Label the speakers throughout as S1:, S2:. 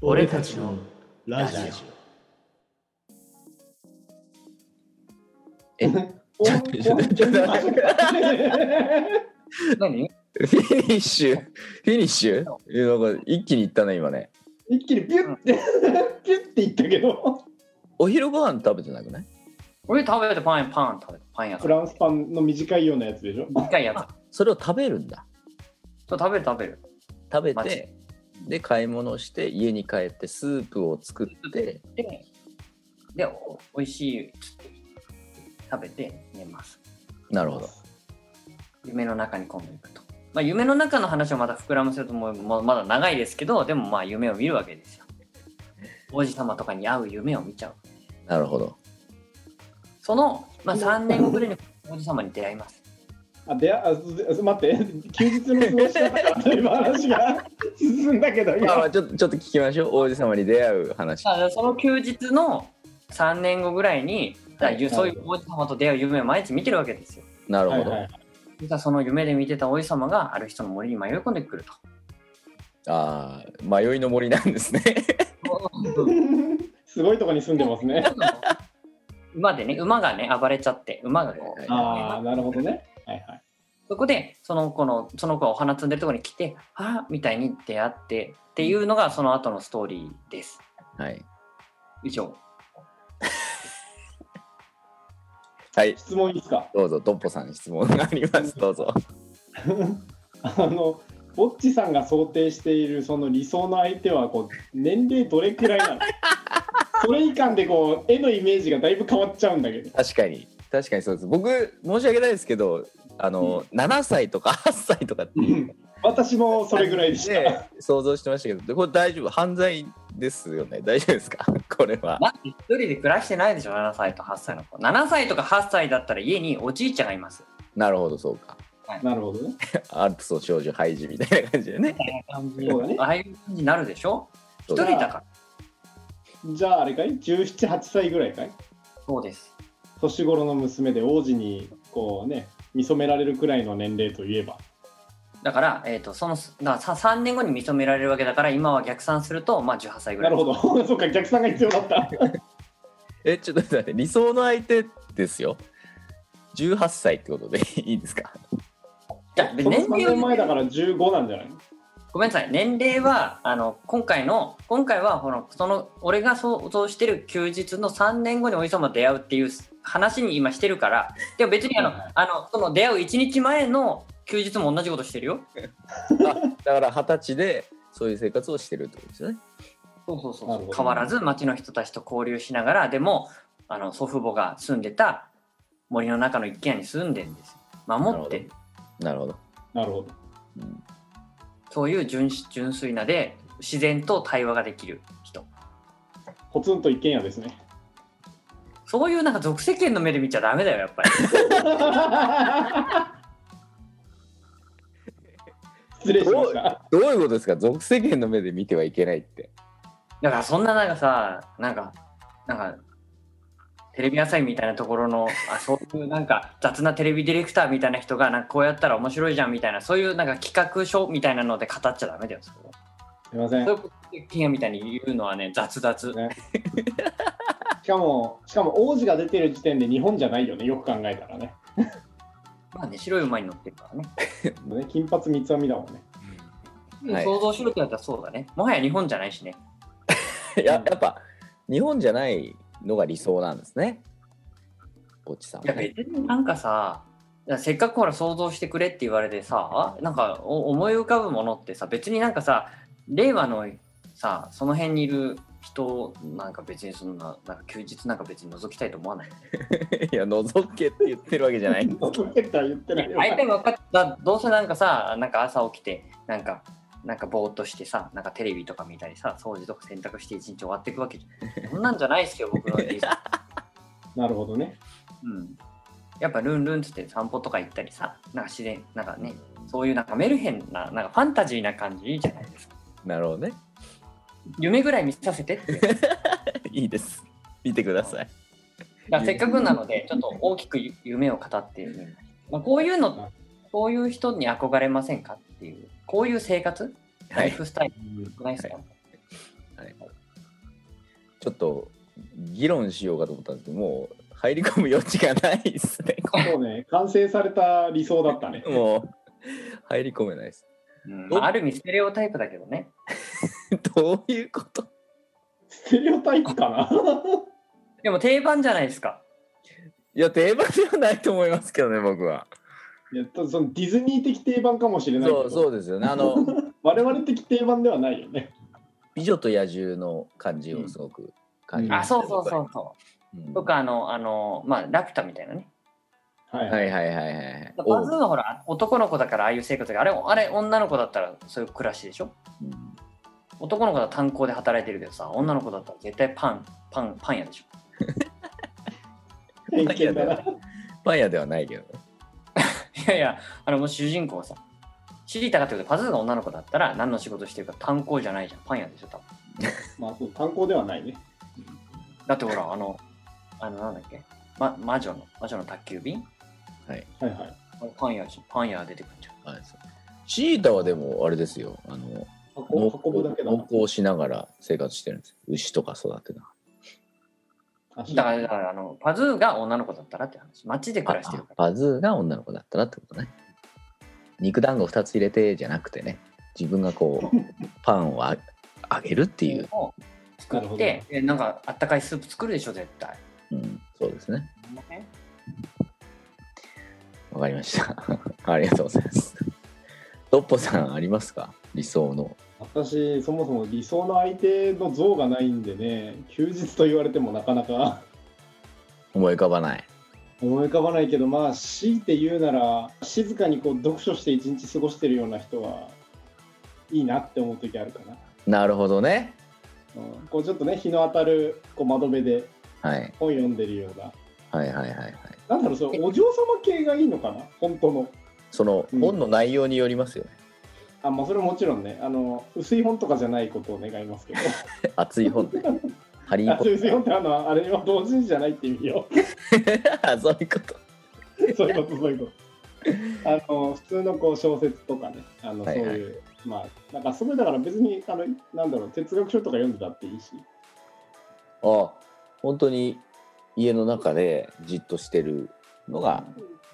S1: 俺たちのラジオ。
S2: え
S3: お
S2: ちょっとちょっとちょっと待って
S3: 何
S2: フィニッシュ、フィニッシュえなんか一気にいったね、今ね。
S3: 一気にピュッて、ピュッていったけど、
S2: お昼ご飯食べてなくない
S4: 俺食べてパンやパン食べてパン屋さ
S3: フ
S4: ん
S3: ランスパンの短いようなやつでしょ。
S4: 一回やった
S2: それを食べるんだ。
S4: そう食べる食べる
S2: 食べ
S4: マジ
S2: て、で、買い物をして、家に帰って、スープを作って、
S4: ででお美味しい切って食べて寝ます
S2: なるほど。
S4: 夢の中に今度行くと、まあ、夢の中の話をまた膨らませるともうもうまだ長いですけどでもまあ夢を見るわけですよ王子様とかに会う夢を見ちゃう
S2: なるほど。
S4: その、まあ、3年後ぐらいに王子様に出会います
S3: あ、で、あ、す待って、休日の過ごし方からだいぶ話が進んだけど、
S2: あ
S3: 今。
S2: ちょっとちょっと聞きましょう。王子様に出会う話。
S4: あその休日の3年後ぐらいにだからそういう王子様と出会う夢を毎日見てるわけですよ
S2: なるほど。
S3: はいはい
S4: 実はその夢で見てた王子様がある人の森に迷い込んでくると
S2: ああ、迷いの森なんですね。
S3: すごいとこに住んでますね。
S4: 馬でね馬がね暴れちゃって馬がこう、
S2: はい
S3: ああ、なるほどね。はいはい。
S4: そこでその子のその子がお花摘んでるところに来て「あーみたいに出会ってっていうのがその後のストーリーです
S2: はい。
S4: 以上
S2: はい。
S3: 質問いいですか
S2: どうぞ、ドッポさん質問があります。どう ぞ。
S3: あの、ぼっちさんが想定しているその理想の相手はこう年齢どれくらい なのそれ以下でこう絵のイメージがだいぶ変わっちゃうんだけど。
S2: 確かに。確かにそうです。僕、申し訳ないですけど、あの、7歳とか8歳とかっていう
S3: 私もそれぐらいでした。
S2: ね、想像してましたけど、でこれ大丈夫、犯罪ですよね、大丈夫ですか、 これは。
S4: まあ一人で暮らしてないでしょ7歳と8歳の子7歳とか8歳だったら家におじいちゃんがいます
S2: なるほど、そうか。
S3: なるほどね。
S2: アルプスの少女ハイジみたいな感じでね。
S3: そうだね
S4: ああいう感じになるでしょ
S2: そ
S4: 一
S2: うだ
S4: 人だから
S3: じゃああれかい ?17、8歳ぐらいかい
S4: そうです
S3: 年頃の娘で王子にこうね、見初められるくらいの年齢といえば。
S4: だから、えー、とそのだから3年後に認められるわけだから今は逆算すると、まあ、18歳ぐら
S3: ないるほど。 そうか、逆算が必要だった。
S2: え、ちょっと待って、理想の相手ですよ。18歳ってことで いいですか。
S4: じゃあ
S3: その3
S4: 年齢
S3: 年
S4: は
S3: 前だから15なんじゃない
S4: ごめんなさい年齢はあの今回の今回はこのその俺が想像してる休日の3年後におじさまと出会うっていう話に今してるからでも別にあの
S3: はいはい
S4: あのその出会う1日前の休日も同じことしてるよ
S2: だから二十歳でそういう生活をしてるってことですよね。
S4: そうそうそう
S3: なるほど
S4: 変わらず町の人たちと交流しながらでもあの祖父母が住んでた森の中の一軒家に住んでんですよ守ってる
S2: なるほど。
S3: なるほど。
S2: うん
S4: そういう純純粋なで自然と対話ができる人
S3: ポツンと一軒家ですね。
S4: そういうなんか属世間の目で見ちゃダメだよやっぱり。
S3: 失礼しました。
S2: どういうことですか、俗世間の目で見てはいけないって。
S4: だからそんななんかさなんかなんかテレビ朝日みたいなところのあそういうなんか雑なテレビディレクターみたいな人がなんかこうやったら面白いじゃんみたいなそういうなんか企画書みたいなので語っちゃダメだよそれは
S3: すいません
S4: そう。いうことで金屋みたいに言うのはね雑雑
S3: ねしかも、しかも王子が出てる時点で日本じゃないよね。よく考えたらね。
S4: まあね白い馬に乗ってるからね、
S3: ね金髪三つ編みだもんね。
S2: はい
S4: 想像しろってやったらそうだねもはや日本じゃないしね
S2: いや、やっぱ日本じゃないのが理想なんですね。ぼっちさん
S4: い
S2: は
S4: や
S2: ね。
S4: 別になんかさいやせっかくほら想像してくれって言われてさなんかお思い浮かぶものってさ別になんかさ令和のさその辺にいる人なんか別にそんななんか休日なんか別に覗きたいと思わない
S2: いや、覗けって言ってるわけじゃないんですけど
S3: 言ってた言ってないよ。
S4: 相手分かったどうせなんかさなんか朝起きてなんかなんかぼーっとしてさなんかテレビとか見たりさ掃除とか洗濯して一日終わっていくわけじゃんそんなんじゃないっすよ僕 の理想
S3: なるほどね。
S4: うん、やっぱルンルンっつって散歩とか行ったりさなんか自然なんかねそういうなんかメルヘンななんかファンタジーな感じいいじゃないですか
S2: なるほどね。
S4: 夢ぐらい見させて っていうだか
S2: いいです。見てください。
S4: らせっかくなのでちょっと大きくゆ夢を語ってみましたまあ、こういうのこういう人に憧れませんかっていうこういう生活ライ。フスタイル良くないですか、
S2: はいちょっと議論しようかと思ったんですけどもう入り込む余地がないです ね
S3: そうね、完成された理想だったね。
S2: もう入り込めないです
S4: うんまあ、ある意味ステレオタイプだけどね。
S2: どういうこと
S3: ステレオタイプかな
S4: でも定番じゃないですか。
S2: いや定番ではないと思いますけどね僕はい
S3: やそのディズニー的定番かもしれないけ
S2: そ
S3: ど
S2: うそうですよねあの
S3: 我々的定番ではないよね。
S2: 「美女と野獣」の感じをすごく感じ
S4: あ、
S2: ました
S4: そうそうそうそ
S2: 僕はう
S4: う。
S2: ん
S4: とか、あの、あの、まあ、ラピュタみたいなね。
S3: はい、
S2: はいはいはいはいはい
S4: バズーはほら、男の子だからああいう生活が、あれ、あれ、女の子だったらそういう暮らしでしょ
S2: うん
S4: 男の子だったら炭鉱で働いてるけどさ、女の子だったら絶対パン、パン、パン屋でしょ
S3: 偏見 だな。
S2: パン屋ではないけどね
S4: いやいや、あの、もう主人公はさ、知りたかったけど、パズーが女の子だったら何の仕事してるか炭鉱じゃないじゃん、パン屋でしょ、多分。
S3: まあそう、炭鉱ではないね。
S4: だって ほら、あの、あの、なんだっけ、ま、魔女の、魔女の宅急便
S3: はいはい。
S4: あれパン屋でしょ、パン屋出てくるじゃん。
S2: はいそうシータはでもあれですよあの
S3: 運ぶ運ぶだけだな
S2: 農。耕しながら生活してるんです牛とか育てなが
S3: 足
S4: だから、だからあのパズーが女の子だったらって話。街で暮
S2: ら
S4: らしてるから。
S2: ああパズーが女の子だったらってことね肉団子2つ入れてじゃなくてね自分がこうパンをああげるっていう、
S4: を作
S3: なる
S4: っ
S3: ほ
S4: て、えなんかあったかいスープ作るでしょ、絶対。
S2: うん、そうですねわかりました ありがとうございますドッポさんありますか理想の
S3: 私、そもそも理想の相手の像がないんでね、休日と言われてもなかなか
S2: 思い浮かばない
S3: 思い浮かばないけど、まあ、強いて言うなら、静かにこう読書して一日過ごしてるような人は、いいなって思う時あるかな。
S2: なるほどね
S3: うんこうちょっとね、日の当たるこう窓辺で
S2: はい
S3: 本読んでるような。
S2: はいはいはいはい
S3: なんだろう、それお嬢様系がいいのかな本当の。
S2: その
S3: うん
S2: 本の内容によりますよね、
S3: あ、まあ、それもちろんね、あの、薄い本とかじゃないことを願いますけど。
S2: 熱い本ねハリー・
S3: あ、
S2: ポ
S3: そう
S2: ッ
S3: ですよってあの、あれは同人誌じゃないって意味よ。
S2: ター そういうこと
S3: そういうこと、そういうこと。あの、普通のこう小説とかね、あの、
S2: はいはい
S3: そういう、まあ、なんかそれだから別に、あの、なんだろう、哲学書とか読んでたっていいし、
S2: あ本当に家の中でじっとしてるのが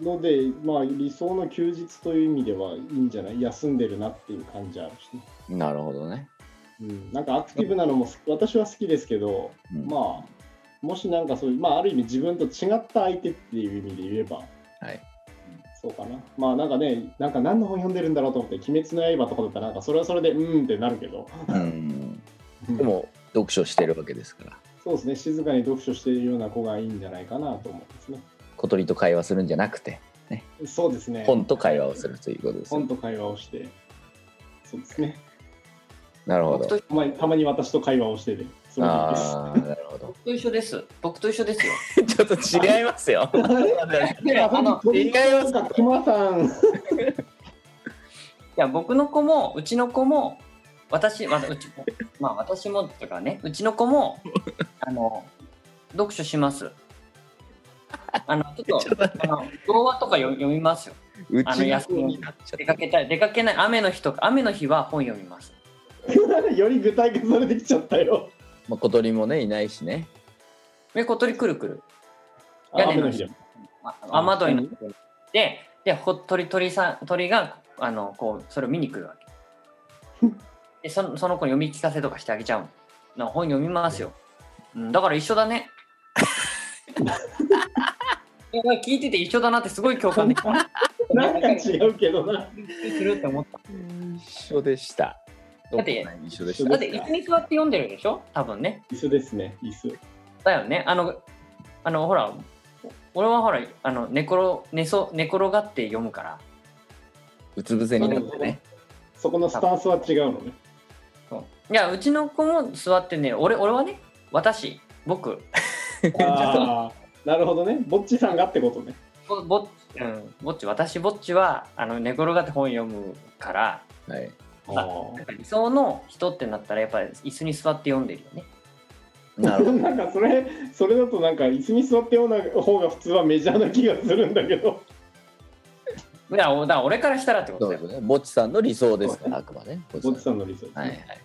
S3: ので、まあ、理想の休日という意味ではいいんじゃない休んでるなっていう感じあるしね。
S2: なるほどね、
S3: うん、なんかアクティブなのも好き私は好きですけど、
S2: うん
S3: まあ、もしなんかそういう、まあ、ある意味自分と違った相手っていう意味で言えば、
S2: はい
S3: そうかな。まあなんかね、なんか何の本読んでるんだろうと思って、鬼滅の刃とかだったら、なんかそれはそれで、うーんってなるけど、
S2: うん、
S3: で
S2: で、も読書してるわけですから
S3: そうですね、静かに読書しているような子がいいんじゃないかなと思うんですね。
S2: 小鳥と会話するんじゃなくて
S3: そうですね。
S2: 本と会話をするということですよ
S3: 本と会話をして、そうですね。
S2: なるほ
S4: 僕と
S2: ど
S4: 一
S3: たまにたまに私と会話をしてて、そうです。
S2: ああなるほど
S4: 僕と一緒です。僕と一緒 ですよ。
S2: ちょっと違いま すよ
S4: いやあの
S3: 鳥
S2: 会話
S3: なんか熊さん、
S4: いや僕の子もうちの子も私わたうちまあ私もとかねうちの子 もあの読書します。あの ちょっとあの童話とか読読みますよ。
S2: う
S4: あ
S2: ち
S4: の
S2: の
S4: 休
S2: 子
S4: み
S2: になっちゃ
S4: 出
S2: った
S4: かけたい出かけない雨の日とか雨の日は本読みます。
S3: より具体化されてきちゃったよ。
S2: まあ、小鳥もねいないしね
S4: で小鳥くるくる。
S3: あ
S4: 屋根の
S3: 雨
S4: 日
S3: の日
S4: あ雨どいのとこに行ってでほ鳥鳥さん鳥があのこうそれを見に来るわ けでそのその子に読み聞かせとかしてあげちゃうの本読みますよ、うん、だから一緒 だねいや聞いてて一緒だなってすごい共感できた
S3: なんか違うけどな。
S4: するって思った
S2: 一緒でした
S4: だって
S2: どこか一緒でし
S4: だ
S2: た
S4: って椅子に座って読んでるでしょ多分ね
S3: 椅子ですね、椅子。
S4: だよねあのあのほら俺はほらあの寝転寝そ寝転がって読むから
S2: うつ伏せになってね
S3: そこのスタンスは違うのね。
S4: いやうちの子も座ってね俺俺はね私僕
S3: ああ、なるほどね。ぼっちさんがってことね。
S4: ぼぼっ,、うん、ぼっち私ぼっちはあの寝転がって本読むから
S2: はい
S4: あ
S3: あ
S4: やっぱ理想の人ってなったらやっぱり椅子に座って読んでるよね
S2: なるほど
S3: ー なんかそれ、それだとなんか椅子に座ってような方が普通はメジャーな気がするんだけど。
S4: いやおだから俺からしたらってこと
S2: そう
S4: だ
S2: で
S4: よ
S2: すねぼっちさんの理想ですからあくまで
S3: ぼっちさんの理想です
S2: はいは
S3: ね。
S2: い
S4: だか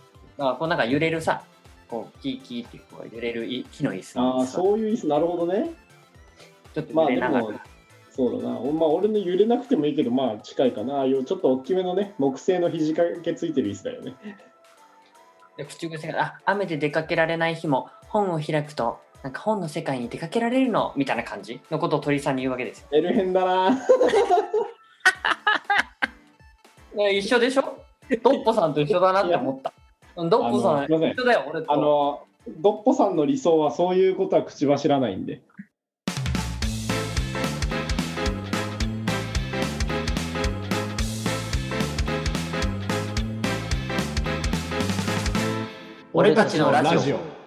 S4: らこうなんか揺れるさここうキーキーってこう揺れるい木の椅子
S3: あ
S4: に
S3: あ、
S4: 座って
S3: そういう椅子、なるほどね。
S4: ちょっと
S3: ま
S4: 揺
S3: あ
S4: れ
S3: で
S4: ながら、
S3: も、そうだな。まあ俺の揺れなくてもいいけど、まあ近いかな。ああいうちょっと大きめのね、木製の肘掛けついてる椅子だよね。
S4: で口癖があ雨で出かけられない日も本を開くとなんか本の世界に出かけられるのみたいな感じのことを鳥居さんに言うわけですよ。
S3: エルヘンだな。
S4: いや一緒でしょドッポさんと一緒だなって思った。うんドッポ
S3: あ
S4: さ
S3: の
S4: ん
S3: すいません
S4: 一緒だよ、俺と。
S3: あの、ドッポさんの理想はそういうことは口走らないんで。
S4: 俺たちのラジオ。
S1: オ